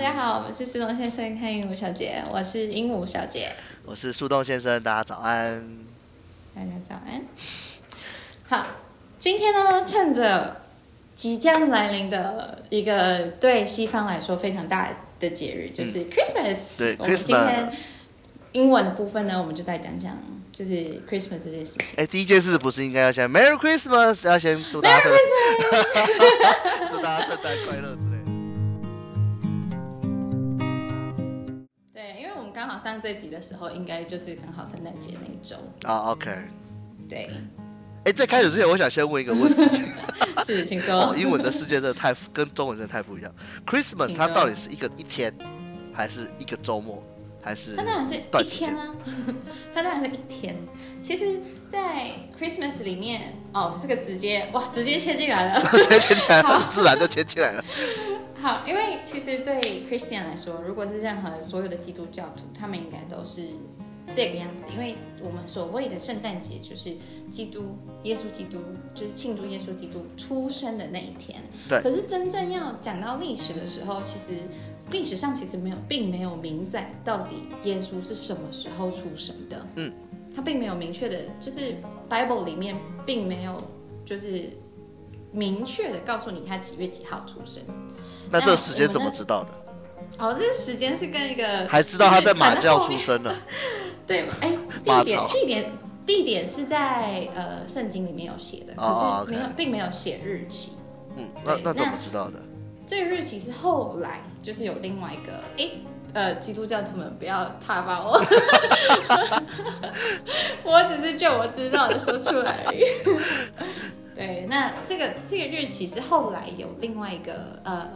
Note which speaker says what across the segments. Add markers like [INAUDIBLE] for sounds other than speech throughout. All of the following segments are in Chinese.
Speaker 1: 家好，我们是石龙先生和鹦鹉小姐，我是鹦鹉小姐，
Speaker 2: 我是树洞先生，大家早安。
Speaker 1: 大家早安。好，今天呢，趁着即将来临的一个对西方来说非常大的节日，就是 Christmas、
Speaker 2: 嗯对
Speaker 1: 我们今天
Speaker 2: Christmas
Speaker 1: 英文的部分呢，我们就来讲讲就是 Christmas 这件事情。
Speaker 2: 哎，第一件事不是应该要先 Merry Christmas，要先祝大
Speaker 1: Merry
Speaker 2: 家圣
Speaker 1: Christmas！
Speaker 2: [LAUGHS] 祝大家圣诞快乐之类的。
Speaker 1: 对，因为我们刚好上这集的时候，应该就是刚好圣诞节那一周。
Speaker 2: 啊，OK、o k
Speaker 1: 对，
Speaker 2: 哎，在开始之前，我想先问一个问题。
Speaker 1: 是，请
Speaker 2: 哦
Speaker 1: 说，。
Speaker 2: 英文的世界真的太跟中文真的太不一样。Christmas
Speaker 1: 请
Speaker 2: 它
Speaker 1: 说
Speaker 2: 到底是一个一天，还是一个周末，还是
Speaker 1: 它当然是
Speaker 2: 段
Speaker 1: 一
Speaker 2: 时间
Speaker 1: 天？啊，它当然是一天。其实，在 Christmas 里面，哦，这个直接哇，直接切进来了。
Speaker 2: 直接牵起来了，自然就牵起来了。
Speaker 1: 好，因为其实对 Christian 来说，如果是任何所有的基督教徒，他们应该都是这个样子。因为我们所谓的圣诞节，就是基督耶稣基督，就是庆祝耶稣基督出生的那一天。
Speaker 2: 对
Speaker 1: 可是真正要讲到历史的时候，其实历史上其实没有，并没有明载到底耶稣是什么时候出生的。
Speaker 2: 嗯。
Speaker 1: 他并没有明确的，就是 Bible 里面并没有就是明确的告诉你他几月几号出生。
Speaker 2: 那这个时间怎么知道的？
Speaker 1: 哦，这时间是跟一个
Speaker 2: 还知道他在马
Speaker 1: 教
Speaker 2: 厩出生了？
Speaker 1: 对，哎，
Speaker 2: 马
Speaker 1: 地点
Speaker 2: 槽
Speaker 1: 地点地点是在呃圣经里面有写的，
Speaker 2: 哦
Speaker 1: 可是没有
Speaker 2: OK
Speaker 1: 并没有写日期。
Speaker 2: 嗯，那
Speaker 1: 对
Speaker 2: 那怎
Speaker 1: 那
Speaker 2: 么知道的？
Speaker 1: 这个日期是后来就是有另外一个哎。呃，基督教徒们不要踏伐我， [LAUGHS] 我只是就我知道的说出来而已。 [LAUGHS] 对，那这个这个日期是后来有另外一个呃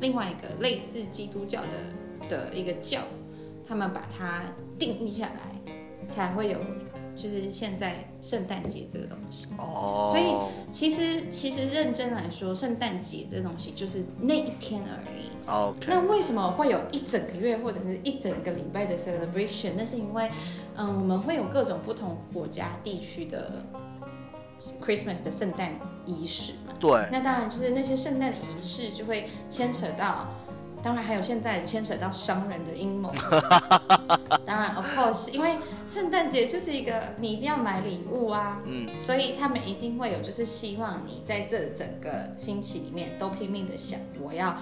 Speaker 1: 另外一个类似基督教的的一个教，他们把它定义下来，才会有就是现在圣诞节这个东西。
Speaker 2: 哦，
Speaker 1: 所以其实其实认真来说，圣诞节这东西就是那一天而已。
Speaker 2: OK，
Speaker 1: 那为什么会有一整个月或者是一整个礼拜的 celebration？那是因为，嗯，我们会有各种不同国家地区的 Christmas 的圣诞仪式嘛。
Speaker 2: 对，
Speaker 1: 那当然就是那些圣诞的仪式就会牵扯到，当然还有现在牵扯到商人的阴
Speaker 2: [LAUGHS]
Speaker 1: 谋。当然，of course，因为圣诞节就是一个你一定要买礼物啊，
Speaker 2: 嗯，
Speaker 1: 所以他们一定会有就是希望你在这整个星期里面都拼命的想我要。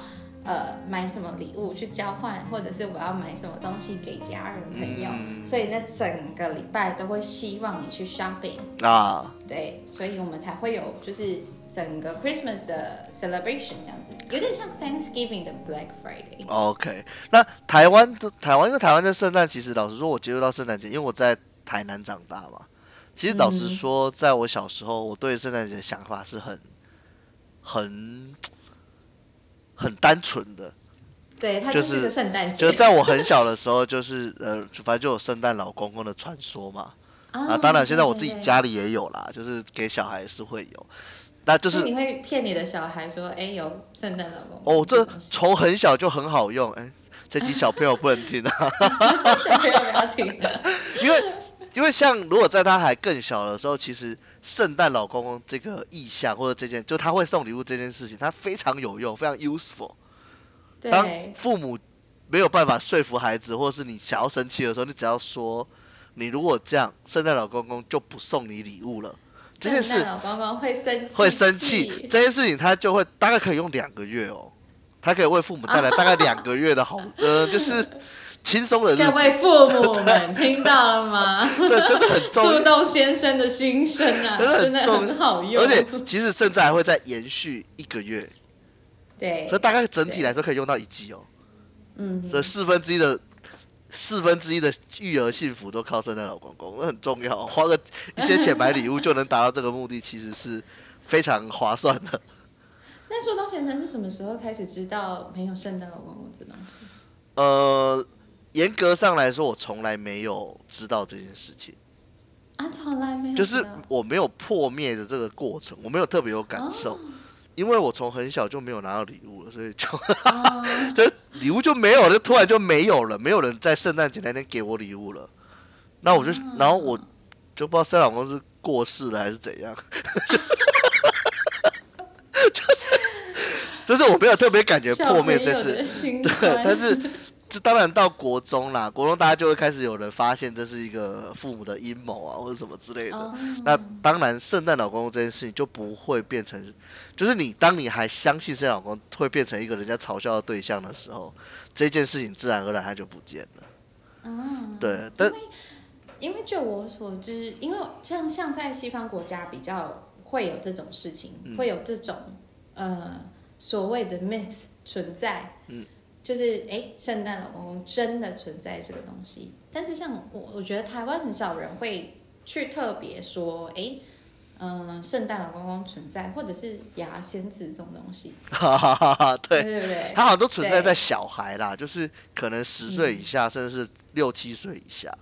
Speaker 1: 呃，买什么礼物去交换，或者是我要买什么东西给家人朋友，
Speaker 2: 嗯
Speaker 1: 所以那整个礼拜都会希望你去 shopping，
Speaker 2: 啊，
Speaker 1: 对，所以我们才会有就是整个 Christmas 的 celebration 这样子，有点像 Thanksgiving 的 Black Friday。
Speaker 2: OK，那台湾的台湾，因为台湾的圣诞，其实老实说，我接触到圣诞节，因为我在台南长大嘛。其实老
Speaker 1: 嗯
Speaker 2: 实说，在我小时候，我对圣诞节的想法是很、很、很单纯的。
Speaker 1: 对，它
Speaker 2: 就
Speaker 1: 就是
Speaker 2: 是
Speaker 1: 个圣诞节。
Speaker 2: 就在我很小的时候，就是呃，反正就有圣诞老公公的传说嘛。啊，当然现在我自己
Speaker 1: 哦对。
Speaker 2: 家里也有啦，就是给小孩是会有。那就
Speaker 1: 对
Speaker 2: 是
Speaker 1: 所以你会骗你的小孩说，哎，有圣诞老公
Speaker 2: 哦，这
Speaker 1: 东西
Speaker 2: 从很小就很好用。哎，这集小朋友不能听啊。
Speaker 1: [LAUGHS] 小朋友不要
Speaker 2: [LAUGHS]
Speaker 1: 听了。
Speaker 2: 因为因为像如果在他还更小的时候，其实圣诞老公公这个意象或者这件，就他会送礼物这件事情，它非常有用，非常 useful。当
Speaker 1: 对，
Speaker 2: 父母没有办法说服孩子，或是你想要生气的时候，你只要说，你如果这样，圣诞老公公就不送你礼物了。这件
Speaker 1: 圣
Speaker 2: 事
Speaker 1: 诞老公公会生气，
Speaker 2: 会生气，。这件事情他就会大概可以用两个月哦，他可以为父母带来大概两个月的好，呃，就是轻松的日
Speaker 1: 各
Speaker 2: 子，
Speaker 1: 位父母们听到了
Speaker 2: [LAUGHS]
Speaker 1: 吗？
Speaker 2: 对，真的很重要
Speaker 1: 树洞先生的心声 [LAUGHS] 啊，真
Speaker 2: 真
Speaker 1: 的
Speaker 2: 的很重
Speaker 1: 很好用。
Speaker 2: 而且其实甚至还会再延续一个月，
Speaker 1: 对
Speaker 2: 所以，大概整体来说可以用到一季哦。
Speaker 1: 嗯，
Speaker 2: 所以四分之一的四分之一的育儿幸福都靠圣诞老公公，那很重要哦、花个一些钱买礼物就能达到这个目的，其实是非常划算的。
Speaker 1: 那树洞先生是什么时候开始知道没有圣诞老公公这东西？
Speaker 2: 呃，严格上来说，我从来没有知道这件事情，
Speaker 1: 啊，从来没有
Speaker 2: 就
Speaker 1: 知道。
Speaker 2: 是我没有破灭的这个过程，我没有特别有感受。因为我从很小就没有拿到礼物了，所以就
Speaker 1: 哦，
Speaker 2: 这礼物就没有了，就突然就没有了，没有人在圣诞节那天给我礼物了。那我就，然后我就不知道圣诞老公是 [LAUGHS] 过世了还是怎样，就是就是我没有特别感 [LAUGHS] 觉
Speaker 1: 小
Speaker 2: 破
Speaker 1: 朋
Speaker 2: 灭
Speaker 1: 友
Speaker 2: 这次，
Speaker 1: 的心
Speaker 2: 对
Speaker 1: 酸，
Speaker 2: 但是这当然到国中啦，国中大家就会开始有人发现这是一个父母的阴谋啊，或者什么之类的。
Speaker 1: 哦
Speaker 2: 那当然，圣诞老公公这件事情就不会变成，就是你当你还相信圣诞老公会变成一个人家嘲笑的对象的时候，这件事情自然而然它就不见了。
Speaker 1: 嗯，
Speaker 2: 对，但
Speaker 1: 因为就我所知，因为像像在西方国家比较会有这种事情，会有这种呃所谓的 myth 存在，
Speaker 2: 嗯，
Speaker 1: 就是哎，圣诞老公公真的存在这个东西。但是像我，我觉得台湾很少人会去特别说，哎，嗯、圣诞老公公存在，或者是牙仙子这种东西，
Speaker 2: 哈哈哈哈， [LAUGHS] 对
Speaker 1: 对，对不对？
Speaker 2: 它好像都存在
Speaker 1: 对嗯
Speaker 2: 在小孩啦，就是可能十岁以下，甚至是六七岁以下。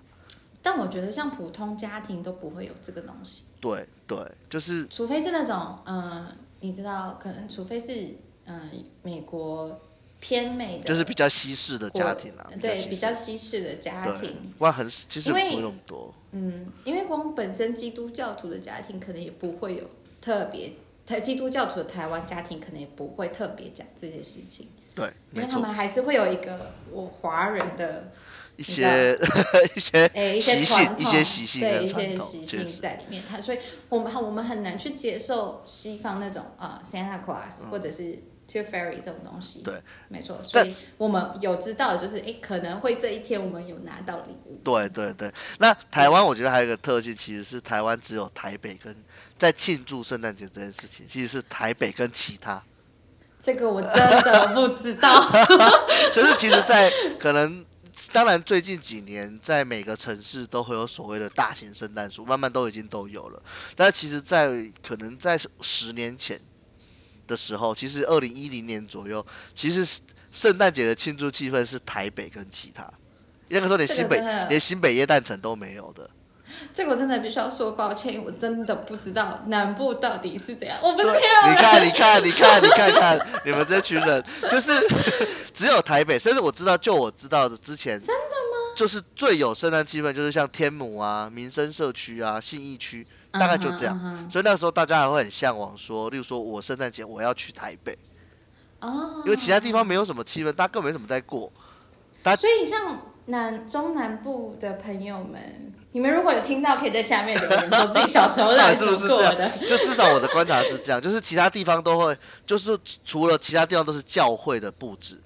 Speaker 1: 但我觉得像普通家庭都不会有这个东西。
Speaker 2: 对对，就是
Speaker 1: 除非是那种，嗯、你知道，可能除非是，嗯、美国偏美的，呃
Speaker 2: 就是比较西式的家庭啦，
Speaker 1: 对，
Speaker 2: 西
Speaker 1: 比
Speaker 2: 式
Speaker 1: 较西式的家
Speaker 2: 对
Speaker 1: 庭，，
Speaker 2: 哇，很其实
Speaker 1: 因
Speaker 2: 不
Speaker 1: 为
Speaker 2: 会那么多，
Speaker 1: 嗯，因为光本身基督教徒的家庭可能也不会有特别，台基督教徒的台湾家庭可能也不会特别讲这些事情，
Speaker 2: 对，
Speaker 1: 因
Speaker 2: 没
Speaker 1: 为他
Speaker 2: 错，
Speaker 1: 们还是会有一个我华人的，
Speaker 2: 一些 [LAUGHS] 一些
Speaker 1: 诶、哎一些
Speaker 2: 习
Speaker 1: 传
Speaker 2: 性
Speaker 1: 统，
Speaker 2: 一些习性
Speaker 1: 对
Speaker 2: 跟
Speaker 1: 一
Speaker 2: 传
Speaker 1: 些
Speaker 2: 统
Speaker 1: 习
Speaker 2: 确
Speaker 1: 性
Speaker 2: 实
Speaker 1: 在里面，它所以我们我们很难去接受西方那种啊、呃 Santa Claus、或者是 Tooth Fairy 这种东西。
Speaker 2: 嗯对，
Speaker 1: 没错。所
Speaker 2: 但
Speaker 1: 以我们有知道的就是，哎，可能会这一天我们有拿到礼物。
Speaker 2: 对对对。那台湾我觉得还有一个特性，其实是台湾只有台北跟在庆祝圣诞节这件事情，其实是台北跟其他，
Speaker 1: 这个我真的不知
Speaker 2: [LAUGHS]
Speaker 1: 道。
Speaker 2: 就是其实在可能。当然，最近几年在每个城市都会有所谓的大型圣诞树，慢慢都已经都有了。但其实在，可能在十年前的时候，其实二零一零年左右，其实是圣诞节的庆祝气氛是台北跟其他，那个时候连
Speaker 1: 这个
Speaker 2: 新北
Speaker 1: 真的
Speaker 2: 连新北耶诞城都没有的。
Speaker 1: 这个我真的必须要说抱歉，我真的不知道南部到底是怎样。我不是
Speaker 2: 对，
Speaker 1: 天龙
Speaker 2: 你
Speaker 1: 人，
Speaker 2: 看，你看，你看，你看看，你们这群人就是只有台北，甚至我知道，就我知道的之前，真的吗？就是最有圣诞气氛，就是像天母啊、民生社区啊、信义区，大概就这样。
Speaker 1: 嗯哼嗯
Speaker 2: 所以那个时候大家还会很向往说，例如说我圣诞节我要去台北，
Speaker 1: 哦，
Speaker 2: 因为其他地方没有什么气氛，大家根本没怎么在过。
Speaker 1: 所以像南中南部的朋友们，你们如果有听到，可以在下面留言说自己小时
Speaker 2: [LAUGHS]
Speaker 1: 候到
Speaker 2: 到
Speaker 1: 底
Speaker 2: 底是不是
Speaker 1: 怎么
Speaker 2: 这
Speaker 1: 过的
Speaker 2: 样。？就至少我的观察是这样，就是其他地方都会，就是除了其他地方都是教会的布置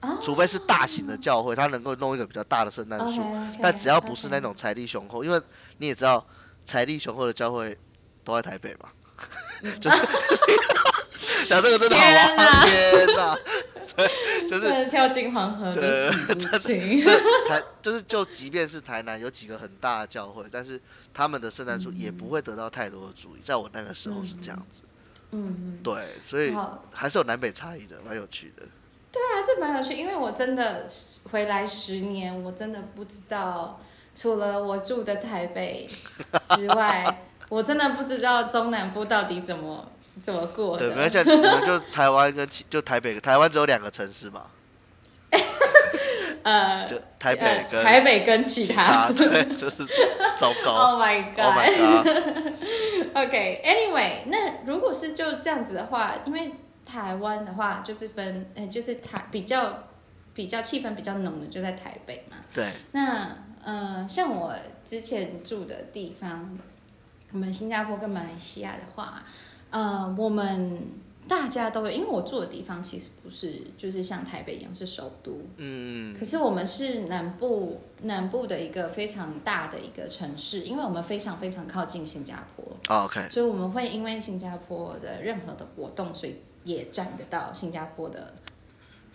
Speaker 1: 啊，
Speaker 2: 除非是大型的教会，它能够弄一个比较大的圣诞树
Speaker 1: OK，OK，，
Speaker 2: 但只要不是那种财力雄厚，因为你也知道财力雄厚的教会都在台北嘛， [LAUGHS] 就是讲这个真的好
Speaker 1: 嗯天哪
Speaker 2: 吗？天哪，对，就是
Speaker 1: 真的跳进黄河的洗 [LAUGHS] 不
Speaker 2: [LAUGHS]
Speaker 1: 清。
Speaker 2: 就台就是就即便是台南有几个很大的教会，但是他们的圣诞树也不会得到太多的注意，在我那个时候是这样子。
Speaker 1: 嗯，
Speaker 2: 对，所以
Speaker 1: 好
Speaker 2: 还是有南北差异的，蛮有趣的。
Speaker 1: 对啊，这蛮有趣，因为我真的回来十年，我真的不知道，除了我住的台北之外，我真的不知道中南部到底怎么怎么过
Speaker 2: 对，
Speaker 1: 的。
Speaker 2: 没关系，我们就台湾跟其就台北，台湾只有两个城市嘛，
Speaker 1: 呃，
Speaker 2: 就台北
Speaker 1: 呃
Speaker 2: 跟哦
Speaker 1: 台北跟其
Speaker 2: 其
Speaker 1: 他。
Speaker 2: 他，对， [LAUGHS] 就是糟糕。
Speaker 1: [LAUGHS] Oh my god！
Speaker 2: Oh my god！
Speaker 1: [LAUGHS] OK，Anyway，、那如果是就这样子的话，因为台湾的话就是分，呃，就是台比较比较气氛比较浓的就在台北嘛。
Speaker 2: 对，
Speaker 1: 那呃，像我之前住的地方，我们新加坡跟马来西亚的话，呃，我们大家都会，因为我住的地方其实不是就是像台北一样是首都，
Speaker 2: 嗯
Speaker 1: 可，是我们是南部南部的一个非常大的一个城市，因为我们非常非常靠近新加坡。
Speaker 2: 哦，OK，
Speaker 1: [LAUGHS] 所以我们会因为新加坡的任何的活动，所以也沾得到新加坡的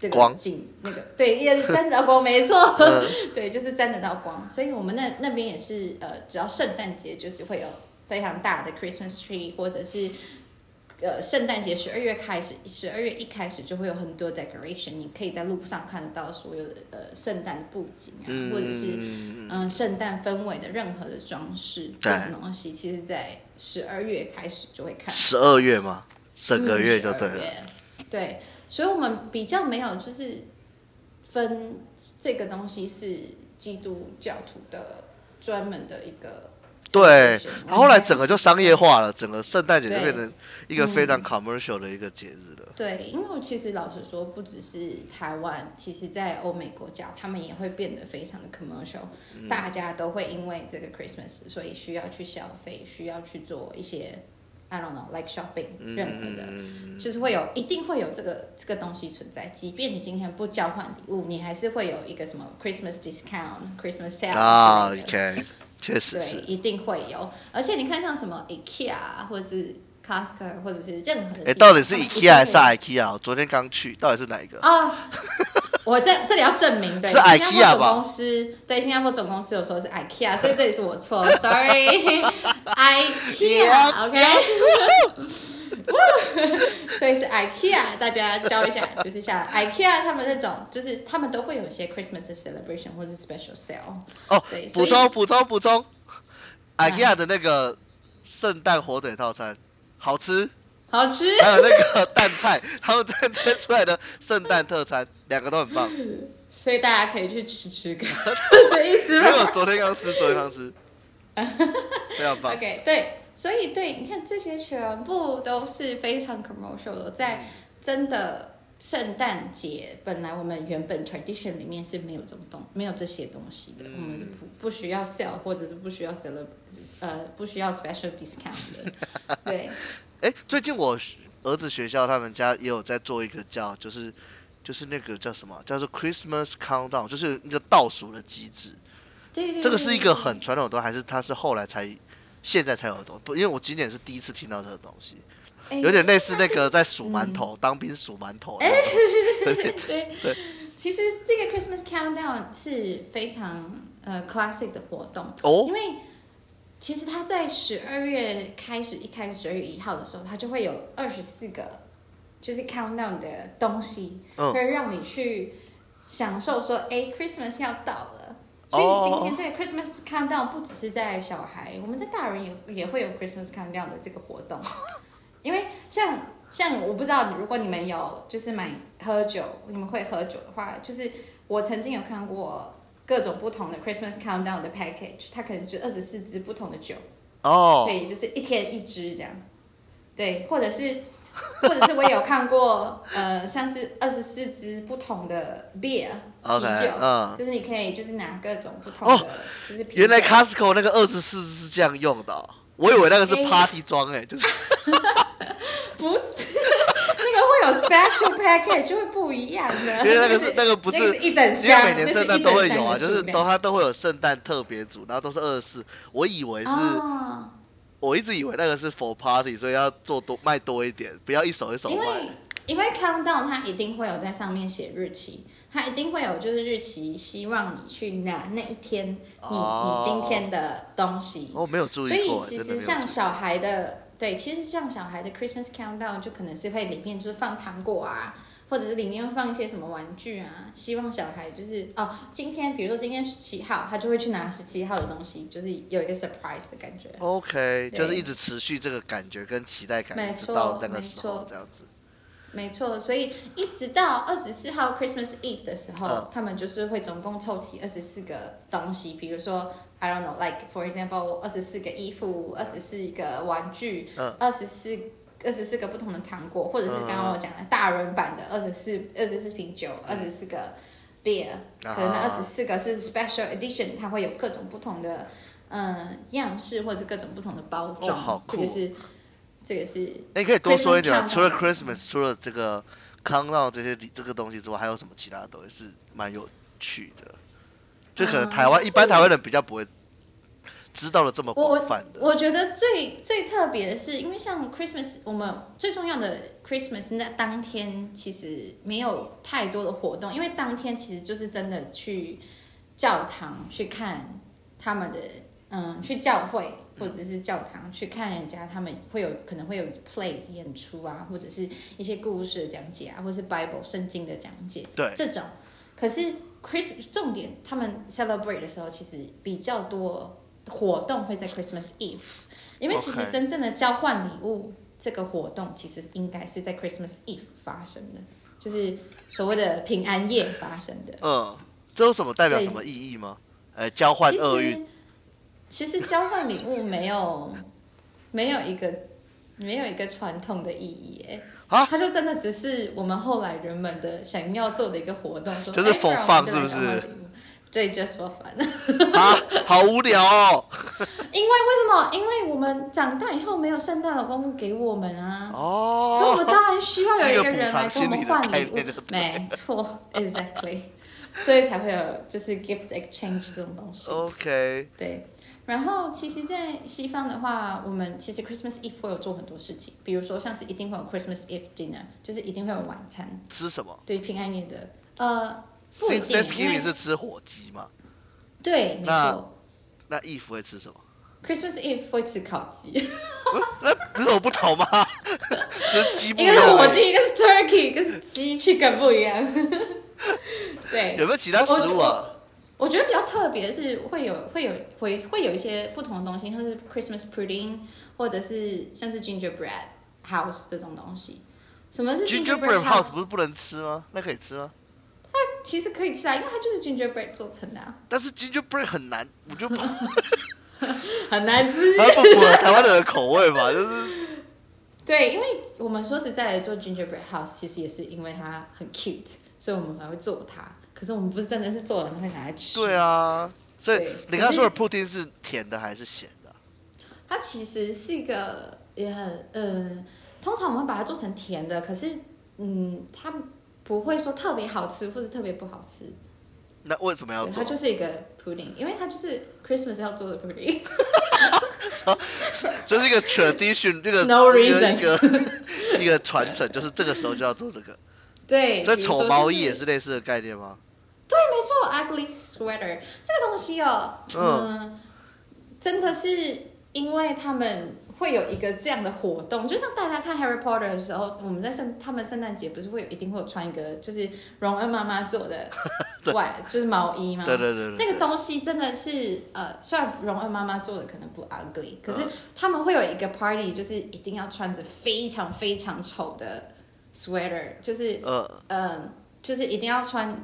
Speaker 1: 这个
Speaker 2: 光
Speaker 1: 景，那个对，也沾得到光，没错，
Speaker 2: 嗯
Speaker 1: [LAUGHS] 对，就是沾得到光。所以我们那那边也是，呃，只要圣诞节就是会有非常大的 Christmas tree，或者是。呃，圣诞节十二月开始，十二月一开始就会有很多 decoration，你可以在路上看得到所有的呃圣诞布景啊，
Speaker 2: 嗯，
Speaker 1: 或者是
Speaker 2: 嗯嗯嗯
Speaker 1: 嗯，圣诞氛围的任何的装饰这
Speaker 2: 对
Speaker 1: 种东西，其实在十二月开始就会看，
Speaker 2: 十二月嘛，整个月就对
Speaker 1: 嗯12
Speaker 2: 了。
Speaker 1: 月对，所以我们比较没有就是分这个东西是基督教徒的专门的一个
Speaker 2: 对
Speaker 1: celebration，
Speaker 2: 后来
Speaker 1: 嗯
Speaker 2: 整个就商业化了，整个圣诞节就
Speaker 1: 对
Speaker 2: 变成一个非
Speaker 1: 嗯
Speaker 2: 常 commercial 的一个节日了。
Speaker 1: 对，因为其实老实说，不只是台湾，其实在欧美国家，他们也会变得非常的 commercial，、大
Speaker 2: 嗯
Speaker 1: 家都会因为这个 Christmas，所以需要去消费，需要去做一些 I don't know like shopping
Speaker 2: 嗯
Speaker 1: 任何的，就是会有一定会有这个这个东西存在。即便你今天不交换礼物，你还是会有一个什么 Christmas discount、Christmas sale
Speaker 2: 啊
Speaker 1: 之类的
Speaker 2: ，OK，确实
Speaker 1: 对
Speaker 2: 是，，
Speaker 1: 一定会有。而且你看像什么 IKEA 啊或者是 Costco 或者是任何的地方，
Speaker 2: 哎，到底是
Speaker 1: 他们一定
Speaker 2: IKEA 还是
Speaker 1: 会有
Speaker 2: IKEA？我昨啊天刚去，到底是哪一个？
Speaker 1: 啊、我这这里要证明，对，
Speaker 2: 是
Speaker 1: 新加
Speaker 2: IKEA
Speaker 1: 坡
Speaker 2: 吧
Speaker 1: 总公司，对，新加坡总公司有说是 IKEA，所以这里是我错 [LAUGHS] ，sorry，IKEA，OK，所以是 IKEA，大家教一下，就是像 IKEA 他们那种，就是他们都会有一些 Christmas 的 celebration 或是 special sale，
Speaker 2: 哦
Speaker 1: 对，所
Speaker 2: 补
Speaker 1: 以啊
Speaker 2: 充补充补充，IKEA 的那个圣诞火腿套餐好吃，
Speaker 1: 好吃，
Speaker 2: 还有那个蛋菜， [LAUGHS] 他们这推出来的圣诞特餐，两个都很
Speaker 1: [LAUGHS]
Speaker 2: 棒。
Speaker 1: 所以大家可以去吃吃
Speaker 2: [LAUGHS]
Speaker 1: 看 [LAUGHS] 的意思
Speaker 2: 因
Speaker 1: 吗
Speaker 2: 为我昨天刚吃，昨天
Speaker 1: [LAUGHS]
Speaker 2: 刚吃，非常棒。
Speaker 1: OK，对，所以对，你看这些全部都是非常 commercial 的，
Speaker 2: 嗯
Speaker 1: 在真的圣诞节，本来我们原本 tradition 里面是没有这种东，没有这些东西
Speaker 2: 嗯
Speaker 1: 的，我们是不不需要 sell 或者是不需要 sell，呃，不需要 special discount
Speaker 2: [LAUGHS]
Speaker 1: 的，对，
Speaker 2: 哎、最近我儿子学校他们家也有在做一个叫，就是就是那个叫什么，叫做 Christmas countdown，就是一个倒数的机制。
Speaker 1: 对对对，
Speaker 2: 这个是一
Speaker 1: 对
Speaker 2: 个很传统的东西，还是它是后来才现在才有的东西？不，因为我今年是第一次听到这个东西，
Speaker 1: 哎嗯
Speaker 2: 有点类似那个在数馒头，当兵数馒头。哎、
Speaker 1: [LAUGHS] 对对，其实这个 Christmas countdown 是非常呃 classic 的活动
Speaker 2: 哦
Speaker 1: 因为其实它在十二月开始，一开始十二月一号的时候，它就会有二十四个就是 countdown 的东西，
Speaker 2: 嗯
Speaker 1: 会让你去享受说，哎，Christmas 要到了。所以你今天这个 Christmas countdown 不只是在小孩，我们在大人也也会有 Christmas countdown 的这个活动，因为像像我不知道，如果你们有就是买喝酒，你们会喝酒的话，就是我曾经有看过各种不同的 Christmas countdown 的 package，它可能就二十四支不同的酒，
Speaker 2: 哦
Speaker 1: 所，以就是一天一支这样，对，或者是 [LAUGHS] 或者是我有看过，呃，像是二十四支不同的 beer 啤
Speaker 2: OK，
Speaker 1: 酒，
Speaker 2: 嗯
Speaker 1: 就是你可以就是拿各种不同
Speaker 2: 哦
Speaker 1: 的，就是啤酒
Speaker 2: 原来 Costco 那个二十四是这样用的哦、我以为那个是
Speaker 1: 哎
Speaker 2: party 装，哎，就是
Speaker 1: 不是 [LAUGHS] 那个会有 special package 会不一样的，
Speaker 2: [LAUGHS] 因为那个
Speaker 1: 就是
Speaker 2: 那个不是
Speaker 1: 那个一整
Speaker 2: 因为
Speaker 1: 箱，
Speaker 2: 每年圣
Speaker 1: 那是
Speaker 2: 诞
Speaker 1: 一
Speaker 2: 都
Speaker 1: 整
Speaker 2: 会
Speaker 1: 箱
Speaker 2: 有啊，
Speaker 1: 的
Speaker 2: 就是
Speaker 1: 数量
Speaker 2: 都它都会有圣诞特别组，然后都是二十四。我以为是，
Speaker 1: 哦
Speaker 2: 我一直以为那个是 for party，所以要做多卖多一点，不要一手一手
Speaker 1: 因为
Speaker 2: 卖。
Speaker 1: 因为 countdown 它一定会有在上面写日期，它一定会有就是日期，希望你去拿那一天你、
Speaker 2: 哦
Speaker 1: 你今天的东西。
Speaker 2: 我没有注
Speaker 1: 所
Speaker 2: 意
Speaker 1: 以
Speaker 2: 过，哎
Speaker 1: 其
Speaker 2: 真的
Speaker 1: 实
Speaker 2: 没有
Speaker 1: 像。小孩的，对，其实像小孩的 Christmas countdown 就可能是会里面就是放糖果啊。或者是里面放一些什么玩具啊，希望小孩就是哦，今天比如说今天十七号，他就会去拿十七号的东西，就是有一个 surprise 的感觉。对
Speaker 2: OK，就是一直持续这个感觉跟期待感，
Speaker 1: 没
Speaker 2: 一直
Speaker 1: 错
Speaker 2: 到那个
Speaker 1: 没
Speaker 2: 时
Speaker 1: 错
Speaker 2: 候这样子。
Speaker 1: 没错，所以一直到二十四号 Christmas Eve 的时候，
Speaker 2: 嗯
Speaker 1: 他们就是会总共凑齐二十四个东西，比如说 I don't know, like for example，二十四个衣服，二十四个玩具
Speaker 2: 嗯，
Speaker 1: 二十四二十四个不同的糖果，或者是
Speaker 2: 嗯
Speaker 1: 刚刚我讲的大人版的二十四二十四瓶酒，二十四个 beer，、
Speaker 2: 嗯啊
Speaker 1: 可能二十四个是 special edition，它会有各种不同的嗯样式或者各种不同的包装，
Speaker 2: 哦好酷
Speaker 1: 这个是这个是
Speaker 2: 哎，可以多说一点吗？
Speaker 1: Christmas
Speaker 2: 除了
Speaker 1: countdown
Speaker 2: Christmas，除了这个 countdown 这些这个东西之外，还有什么其他的东西是蛮有趣的？就可
Speaker 1: 嗯
Speaker 2: 能台湾、
Speaker 1: 就是
Speaker 2: 一般台湾人比较不会知道的这么
Speaker 1: 我
Speaker 2: 广泛的。
Speaker 1: 我觉得最最特别的是，因为像 Christmas，我们最重要的 Christmas 那当天其实没有太多的活动，因为当天其实就是真的去教堂去看他们的，嗯，去教会或者是教堂去看人家他们会有可能会有 plays 演出啊，或者是一些故事的讲解啊，或是 Bible 圣经的讲解，
Speaker 2: 对
Speaker 1: 这种。可是 Chris 重点，他们 celebrate 的时候，其实比较多活动会在 Christmas Eve，因为其实
Speaker 2: OK
Speaker 1: 真正的交换礼物这个活动，其实应该是在 Christmas Eve 发生的，就是所谓的平安夜发生的。
Speaker 2: 嗯，这有什么代表
Speaker 1: 对
Speaker 2: 什么意义吗？呃，交换
Speaker 1: 其
Speaker 2: 厄
Speaker 1: 实
Speaker 2: 运
Speaker 1: 其实交换礼物没有没有一个没有一个传统的意义哎。
Speaker 2: 啊
Speaker 1: 它就真的只是我们后来人们的想要做的一个活动，说
Speaker 2: 就是
Speaker 1: 哎不然
Speaker 2: for
Speaker 1: 我们
Speaker 2: fun，
Speaker 1: 就来
Speaker 2: 是不是
Speaker 1: 交换礼物？对，just for fun。
Speaker 2: 啊，好无聊哦。
Speaker 1: 因为为什么？因为我们长大以后没有圣诞老公公给我们啊，所以我
Speaker 2: 哦，
Speaker 1: 们当然需要有一
Speaker 2: [LAUGHS] 这个补
Speaker 1: 人来
Speaker 2: 偿
Speaker 1: 跟我
Speaker 2: 心
Speaker 1: 们
Speaker 2: 理的
Speaker 1: 换
Speaker 2: 概
Speaker 1: 礼物
Speaker 2: 念就。对
Speaker 1: 没错，exactly，所以才会有就是 gift exchange 这种东
Speaker 2: 哦
Speaker 1: 西。
Speaker 2: OK，
Speaker 1: 对，然后其实，在西方的话，我们其实 Christmas Eve 会有做很多事情，比如说像是一定会有 Christmas Eve dinner，就是一定会有晚餐，
Speaker 2: 吃什么
Speaker 1: 对平安夜的，呃，不一定因为
Speaker 2: ？Thanksgiving 是吃火鸡嘛？
Speaker 1: 对，没
Speaker 2: 那
Speaker 1: 错
Speaker 2: 那 Eve 会吃什么？ [LAUGHS]
Speaker 1: ，Christmas Eve 会吃烤鸡，
Speaker 2: 那不是我不同吗？ [LAUGHS] 这是鸡不
Speaker 1: 一
Speaker 2: 一
Speaker 1: 个是
Speaker 2: 样
Speaker 1: 火
Speaker 2: 而已。
Speaker 1: 鸡，一个是 turkey，一个是鸡 chicken 不一 [LAUGHS] 样。对，
Speaker 2: 有没有其他食物啊？
Speaker 1: 我觉得比较特别是会有会有会会有一些不同的东西，像是 Christmas pudding，或者是像是 gingerbread house 这种东西。什么是
Speaker 2: Gingerbread House 不
Speaker 1: house？
Speaker 2: 是不能吃吗？那可以吃吗？
Speaker 1: 其实可以吃啊，因为它就是 gingerbread 做成的、啊，
Speaker 2: 但是 Gingerbread 很难，我觉得不，
Speaker 1: [LAUGHS] 很难吃
Speaker 2: 它不符合台湾人的口味吧？就是
Speaker 1: [LAUGHS] 对，因为我们说实在的，做 gingerbread house 其实也是因为它很 cute，所以我们才会做它。可是我们不是真的是做了会拿来吃。
Speaker 2: 对啊，所以
Speaker 1: 对
Speaker 2: 你
Speaker 1: 可
Speaker 2: 刚才
Speaker 1: 是
Speaker 2: 说的 pudding 是甜的还是咸的？
Speaker 1: 它其实是一个也很呃，通常我们会把它做成甜的，可是嗯，它不会说特别好吃或者特别不好吃，
Speaker 2: 那为什么要
Speaker 1: 对，它
Speaker 2: 做？
Speaker 1: 就是一个 pudding，因为它就是 Christmas 要做的 pudding， [LAUGHS]
Speaker 2: 就是一个 tradition，这个
Speaker 1: No
Speaker 2: 一个
Speaker 1: reason
Speaker 2: 一个一个传承，就是这个时候就要做这个。
Speaker 1: 对，
Speaker 2: 所以
Speaker 1: 比如说
Speaker 2: 丑毛
Speaker 1: 就
Speaker 2: 衣也是类似的概念吗？
Speaker 1: 对，没错，ugly，Oh, sweater 这个东西哦，
Speaker 2: 嗯
Speaker 1: 嗯、真的是因为他们会有一个这样的活动，就像大家看 Harry Potter 的时候，我们在圣他们圣诞节不是会有一定会有穿一个就是荣恩妈妈做
Speaker 2: [LAUGHS]
Speaker 1: 的外就是毛衣吗？
Speaker 2: 对对对对，
Speaker 1: 那个东西真的是，呃，虽然荣恩妈妈做的可能不 ugly，可
Speaker 2: 嗯
Speaker 1: 是他们会有一个 party，就是一定要穿着非常非常丑的 sweater，就是
Speaker 2: 呃，
Speaker 1: 嗯，就是一定要穿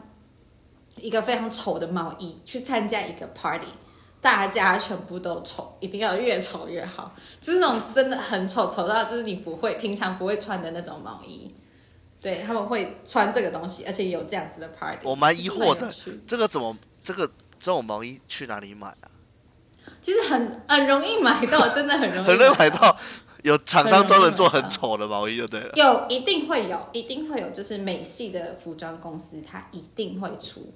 Speaker 1: 一个非常丑的毛衣去参加一个 party，大家全部都丑，一定要越丑越好，就是那种真的很丑，丑到就是你不会平常不会穿的那种毛衣。对，他们会穿这个东西，而且有这样子的 party。
Speaker 2: 我蛮疑
Speaker 1: 就
Speaker 2: 惑的
Speaker 1: 是蛮有趣
Speaker 2: 这个怎么这个这种毛衣去哪里买啊？
Speaker 1: 其实很很容易买到，真的很容易，
Speaker 2: 很容易买。到有厂商专门做
Speaker 1: 很容易
Speaker 2: 很
Speaker 1: 买到
Speaker 2: 丑的毛衣就对了。
Speaker 1: 有，一定会有，一定会有，就是美系的服装公司，它一定会出，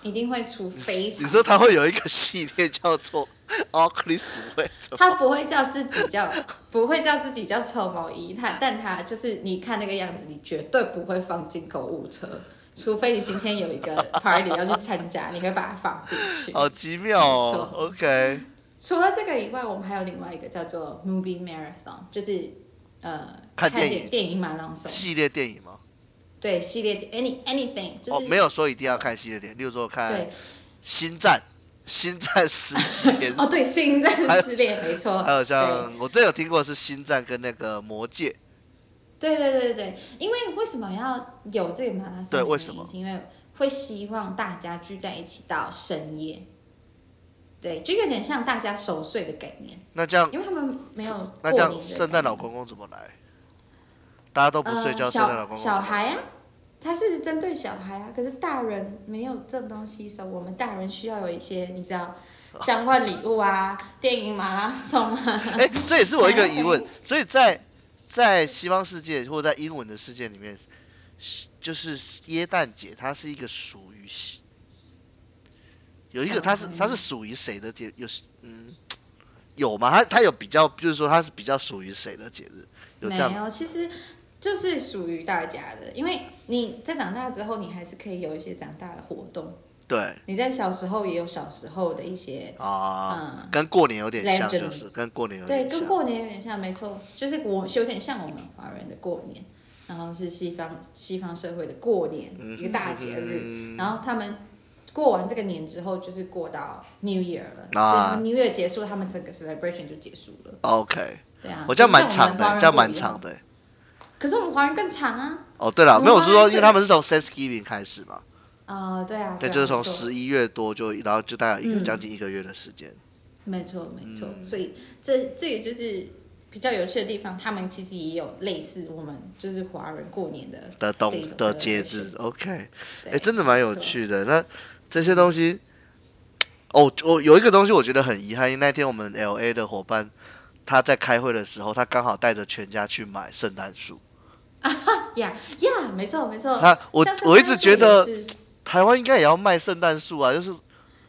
Speaker 1: 一定会出非常。
Speaker 2: 你说它会有一个系列叫做 [LAUGHS] All Chris w a [LAUGHS]
Speaker 1: 他不会叫自己叫，不会叫自己叫臭毛衣，他但他就是你看那个样子，你绝对不会放进购物车，除非你今天有一
Speaker 2: [LAUGHS]
Speaker 1: 个 party 要去参加，你会把它放进去。
Speaker 2: 好奇妙哦
Speaker 1: 没。
Speaker 2: OK，
Speaker 1: 除了这个以外，我们还有另外一个叫做 movie marathon，就是呃
Speaker 2: 看电影
Speaker 1: 电电影马拉松，
Speaker 2: 系列电影吗？
Speaker 1: 对系列电 any anything 就是、
Speaker 2: 哦，没有说一定要看系列电影，例如说看《
Speaker 1: 对
Speaker 2: 星战》，《星战》十几连
Speaker 1: [LAUGHS] 哦对星
Speaker 2: 还有
Speaker 1: 战系列没错，
Speaker 2: 还有
Speaker 1: 哦对
Speaker 2: 像我真有听过是《星战》跟那个《魔戒》，
Speaker 1: 对对对对对，因为为什么要有这个马拉松？
Speaker 2: 对为什么
Speaker 1: 是因为会希望大家聚在一起到深夜，对，就有点像大家守岁的概念，
Speaker 2: 那这样
Speaker 1: 因为他们没有
Speaker 2: 啊那
Speaker 1: 过
Speaker 2: 这
Speaker 1: 年
Speaker 2: 样
Speaker 1: 的
Speaker 2: 圣
Speaker 1: 概
Speaker 2: 诞
Speaker 1: 念
Speaker 2: 老公公怎么来？大家都不睡觉，
Speaker 1: 呃
Speaker 2: 圣
Speaker 1: 小
Speaker 2: 诞老公公怎
Speaker 1: 小
Speaker 2: 么来
Speaker 1: 孩啊，他是针对小孩啊，可是大人没有这东西的时候，我们大人需要有一些你知
Speaker 2: [LAUGHS]
Speaker 1: 道交换礼物啊，电影马拉松啊，
Speaker 2: 哎、这也是我
Speaker 1: [LAUGHS]
Speaker 2: 一个疑问。所以在在西方世界或者在英文的世界里面，是就是耶诞节，它是一个属于西有一个，它是它是属于谁的节？有嗯有吗？它它有比较，就是说它是比较属于谁的节日？有这样
Speaker 1: 没有，其实就是属于大家的，因为你在长大之后，你还是可以有一些长大的活动。
Speaker 2: 对
Speaker 1: 你在小时候也有小时候的一些，
Speaker 2: 啊、
Speaker 1: 嗯
Speaker 2: 跟过年有点像，
Speaker 1: Legend
Speaker 2: 就是跟过年有
Speaker 1: 对，
Speaker 2: 点
Speaker 1: 跟
Speaker 2: 像。
Speaker 1: 过年有点像，没错，就是我有点像我们华人的过年，然后是西方西方社会的过年
Speaker 2: 嗯
Speaker 1: 一个大节日，然后他们。过完这个年之后，就是过到 New Year 了，
Speaker 2: 啊
Speaker 1: 所以 New Year 结束，他们整个 celebration 就结束了。
Speaker 2: OK，
Speaker 1: 对啊，
Speaker 2: 我这样蛮
Speaker 1: 就是我
Speaker 2: 长
Speaker 1: 们
Speaker 2: 的、
Speaker 1: 华人
Speaker 2: 这样
Speaker 1: 不
Speaker 2: 蛮
Speaker 1: 一
Speaker 2: 长的、
Speaker 1: 可是我们华人更长啊。
Speaker 2: 哦，对了，
Speaker 1: 我们
Speaker 2: 没有我是
Speaker 1: 华
Speaker 2: 说，
Speaker 1: 人
Speaker 2: 因为
Speaker 1: 可以
Speaker 2: 他们是从 Thanksgiving 开始嘛，
Speaker 1: 啊、对啊，
Speaker 2: 对，
Speaker 1: 啊
Speaker 2: 就是从
Speaker 1: 没错
Speaker 2: 十一月多就，然后就大概有一个
Speaker 1: 嗯
Speaker 2: 将近一个月的时间。
Speaker 1: 没错，没错。
Speaker 2: 嗯
Speaker 1: 所以这这个就是比较有趣的地方，他们其实也有类似我们就是华人过年的这
Speaker 2: 的东
Speaker 1: 种
Speaker 2: 的
Speaker 1: 的
Speaker 2: 节
Speaker 1: 东西
Speaker 2: 日，OK，
Speaker 1: 对
Speaker 2: 哎，真的蛮有
Speaker 1: 没错
Speaker 2: 趣的。那这些东西，哦，我有一个东西我觉得很遗憾，因为那天我们 LA 的伙伴他在开会的时候，他刚好带着全家去买圣诞树。
Speaker 1: 呀呀没错没错。
Speaker 2: 他我
Speaker 1: 嗯像是
Speaker 2: 我一
Speaker 1: 刚
Speaker 2: 直
Speaker 1: 刚
Speaker 2: 觉
Speaker 1: 说
Speaker 2: 得
Speaker 1: 也是
Speaker 2: 台湾应该也要卖圣诞树啊，就是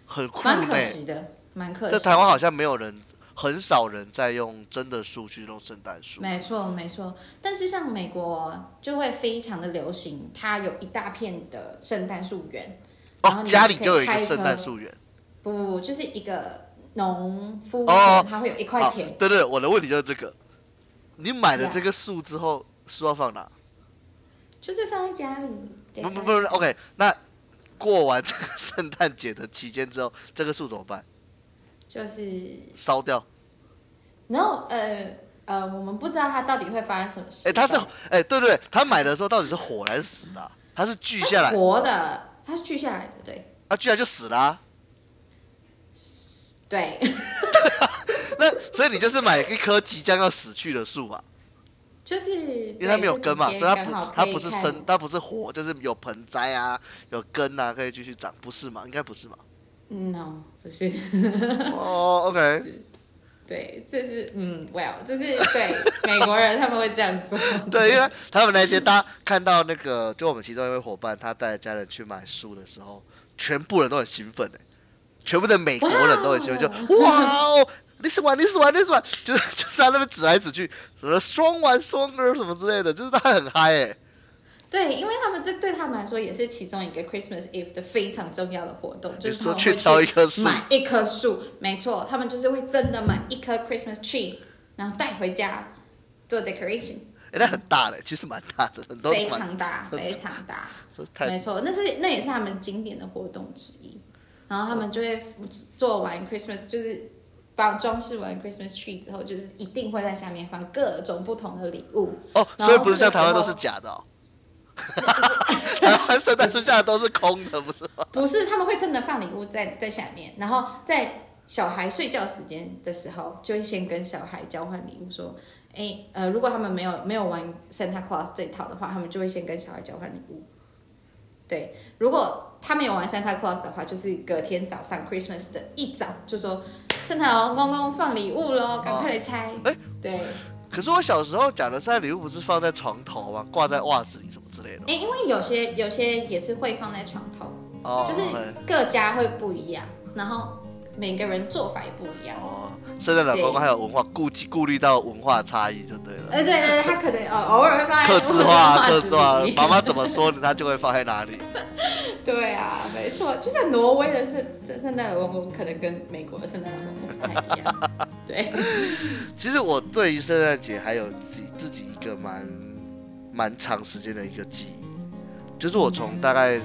Speaker 2: 很酷
Speaker 1: 蛮
Speaker 2: 呢、
Speaker 1: 可惜的，蛮可惜
Speaker 2: 在
Speaker 1: 的。
Speaker 2: 台湾好像没有人，很少人在用真的树去弄圣诞树。
Speaker 1: 没错，没错。但是像美国就会非常的流行，它有一大片的圣诞树园，然后
Speaker 2: 哦，
Speaker 1: 你
Speaker 2: 家里
Speaker 1: 可以
Speaker 2: 就有一个
Speaker 1: 开车
Speaker 2: 圣诞树园。
Speaker 1: 不不不，就是一个农夫，
Speaker 2: 哦
Speaker 1: 他会有一块
Speaker 2: 好，
Speaker 1: 田，
Speaker 2: 对对，我的问题就是这个。你买了这个树之后，树要放哪？
Speaker 1: 就是放在家里。
Speaker 2: 不不不不，OK。那过完 [LAUGHS] 这个圣诞节的期间之后，这个树怎么办？
Speaker 1: 就是，
Speaker 2: 烧掉？
Speaker 1: 然后呃呃，我们不知道它到底会发生什么事。
Speaker 2: 哎，它是哎，对对，对他买的时候到底是火还是死的啊、它是锯
Speaker 1: 它
Speaker 2: 下来
Speaker 1: 是，活的，它是锯下来的，对
Speaker 2: 它锯下来就死了啊、
Speaker 1: 对。 [LAUGHS]
Speaker 2: 那所以你就是买一棵即将要死去的树嘛，
Speaker 1: 就是
Speaker 2: 因为它没有根嘛，所以它不它不是生，
Speaker 1: 生，
Speaker 2: 它不是活，就是有盆栽啊，有根啊，可以继续长，不是嘛？应该不是嘛？
Speaker 1: 嗯，no，不是。 [LAUGHS] 嗯
Speaker 2: 哦，OK，
Speaker 1: 对，这是嗯，well，这是对美国人他们会这样
Speaker 2: [LAUGHS]
Speaker 1: 做。 [LAUGHS]
Speaker 2: 对，因为他们那天大家看到那个，就我们其中一位伙伴，他带家人去买树的时候，全部人都很兴奋的、欸全部的美国人都很兴奋，就哇哦。你是玩，你是玩，你是玩，就是就是他那边指来指去，什么双玩双儿什么之类的，就是他很嗨哎、
Speaker 1: 对，因为他们这对他们来说也是其中一个 Christmas Eve 的非常重要的活动，就是他
Speaker 2: 说
Speaker 1: 们
Speaker 2: 去
Speaker 1: 会
Speaker 2: 挑一棵树
Speaker 1: 买一棵树，没错，他们就是会真的买一棵 Christmas tree，然后带回家做 decoration，
Speaker 2: 欸，那很大嘞，其实蛮大的，很多
Speaker 1: 非
Speaker 2: 蛮
Speaker 1: 常大，
Speaker 2: 很
Speaker 1: 非常大。
Speaker 2: 这 [LAUGHS] 太
Speaker 1: 没错，那是那也是他们经典的活动之一。然后他们就会做完 Christmas，就是把装饰完 Christmas tree 之后，就是一定会在下面放各种不同的礼物。
Speaker 2: 哦，
Speaker 1: 然后
Speaker 2: 所以不是
Speaker 1: 这
Speaker 2: 像
Speaker 1: 个
Speaker 2: 台湾
Speaker 1: 时
Speaker 2: 都
Speaker 1: 候
Speaker 2: 是假
Speaker 1: [LAUGHS]
Speaker 2: 的哦， [LAUGHS] 台湾圣诞树下都是空的，不是吗？
Speaker 1: 不是，他们会真的放礼物在在下面，然后在小孩睡觉时间的时候，就会先跟小孩交换礼物，说，哎，呃，如果他们没有没有玩 Santa Claus 这一套的话，他们就会先跟小孩交换礼物。对，如果他们有玩 Santa Claus 的话，就是隔天早上 Christmas 的一早就说，圣诞老公公放礼物喽，赶快来拆。
Speaker 2: 哎
Speaker 1: 对，
Speaker 2: 可是我小时候讲的圣诞礼物不是放在床头吗？挂在袜子里什么之类的吗？
Speaker 1: 哎，因为有些有些也是会放在床头，
Speaker 2: 哦，
Speaker 1: 就是
Speaker 2: 对
Speaker 1: 各家会不一样，然后每个人做法也不一样。
Speaker 2: 哦，圣诞老公公
Speaker 1: 对
Speaker 2: 还有文化顾及顾虑到文化差异就对了，
Speaker 1: 哎，对对对，他可能呃偶尔会放在
Speaker 2: 克制化，克制化
Speaker 1: [LAUGHS] 袜子，里
Speaker 2: 妈妈怎么说他就会放在哪里。
Speaker 1: 对啊，没错，就像挪威的圣圣诞老公公，可能跟美国的圣诞老公公不太一样。
Speaker 2: [LAUGHS]
Speaker 1: 对，
Speaker 2: 其实我对于圣诞节还有自己自己一个蛮蛮长时间的一个记忆，就是我从大概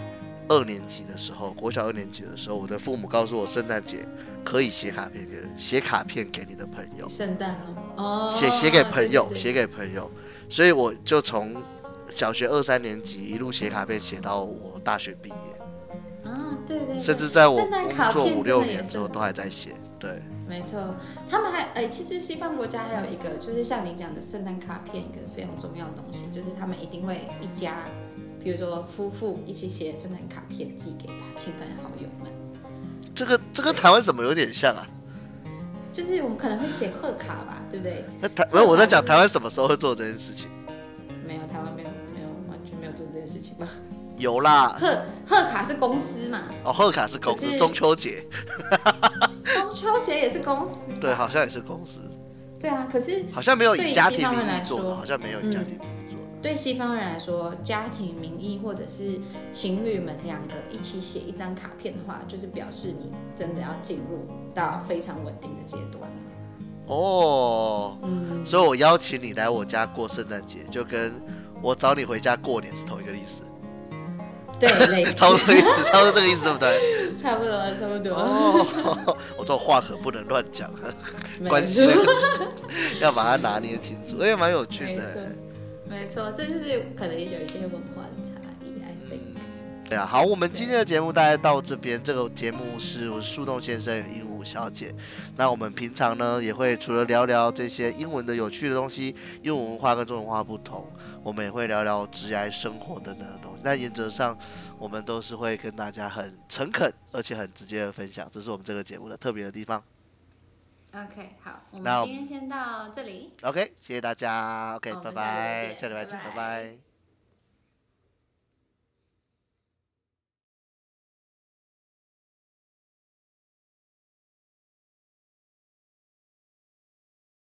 Speaker 2: 二年级的时候，国小二年级的时候，我的父母告诉我，圣诞节可以写卡片给人，写卡片给你的朋友，
Speaker 1: 圣诞哦，哦
Speaker 2: 写写给朋友，
Speaker 1: 对对对
Speaker 2: 写给朋友，所以我就从小学二三年级一路写卡片写到我大学毕业，
Speaker 1: 啊，对对对，
Speaker 2: 甚至在我
Speaker 1: 圣诞
Speaker 2: 工
Speaker 1: 卡
Speaker 2: 作
Speaker 1: 片
Speaker 2: 五六
Speaker 1: 真的也
Speaker 2: 年之后
Speaker 1: 是
Speaker 2: 都还在写，对。
Speaker 1: 没错，他们还哎、其实西方国家还有一个，就是像你讲的圣诞卡片，一个非常重要的东西，就是他们一定会一家，比如说夫妇一起写圣诞卡片寄给他亲朋好友们。
Speaker 2: 这个这跟台湾怎么有点像啊？
Speaker 1: 就是我们可能会写贺卡吧，对不对？
Speaker 2: 那台没有我在讲台湾什么时候会做这件事情。
Speaker 1: 没有，台湾没有，没有，完全没有做这件事情吧？
Speaker 2: 有啦，
Speaker 1: 贺贺卡是公司嘛，
Speaker 2: 哦，贺卡是公
Speaker 1: 可
Speaker 2: 司，
Speaker 1: 是
Speaker 2: 中秋节
Speaker 1: 中秋节也是公司。
Speaker 2: 对，好像也是公司，
Speaker 1: 对啊，可是
Speaker 2: 好像没有以
Speaker 1: 对
Speaker 2: 家
Speaker 1: 西
Speaker 2: 庭
Speaker 1: 方
Speaker 2: 名
Speaker 1: 人来
Speaker 2: 义做的，
Speaker 1: 说
Speaker 2: 好像没有以
Speaker 1: 嗯
Speaker 2: 家庭名义做的。
Speaker 1: 对西方人来说，家庭名义或者是情侣们两个一起写一张卡片的话，就是表示你真的要进入到非常稳定的阶段。
Speaker 2: 哦，
Speaker 1: 嗯，
Speaker 2: 所以我邀请你来我家过圣诞节，就跟我找你回家过年是同一个意思，
Speaker 1: 对， [LAUGHS] 类似
Speaker 2: [LAUGHS] 差不多意思，差不多这个意思，对不对？
Speaker 1: 差不多，差不多。
Speaker 2: 哦， [LAUGHS] 我这种话可不能乱讲，
Speaker 1: 没
Speaker 2: 关系
Speaker 1: 错
Speaker 2: 那个要把它拿捏清楚，哎，蛮有趣
Speaker 1: 没
Speaker 2: 的
Speaker 1: 错
Speaker 2: 欸。，
Speaker 1: 没错，这就是可能有一些文化的差异，I think。
Speaker 2: 对啊，好，我们今天的节目大概到这边。这个节目是我是树洞先生与鹦鹉五小姐。那我们平常呢也会除了聊聊这些英文的有趣的东西，英文文化跟中文文化不同，我们也会聊聊职涯生活等等的东西。那原则上我们都是会跟大家很诚恳而且很直接的分享，这是我们这个节目的特别的地方。
Speaker 1: OK，好，我
Speaker 2: 那
Speaker 1: 们
Speaker 2: 我
Speaker 1: 今天先到这里。
Speaker 2: OK，谢谢大家。OK，
Speaker 1: 好我
Speaker 2: 拜
Speaker 1: 们下礼拜见
Speaker 2: 拜，下礼拜见，
Speaker 1: 拜拜
Speaker 2: 拜拜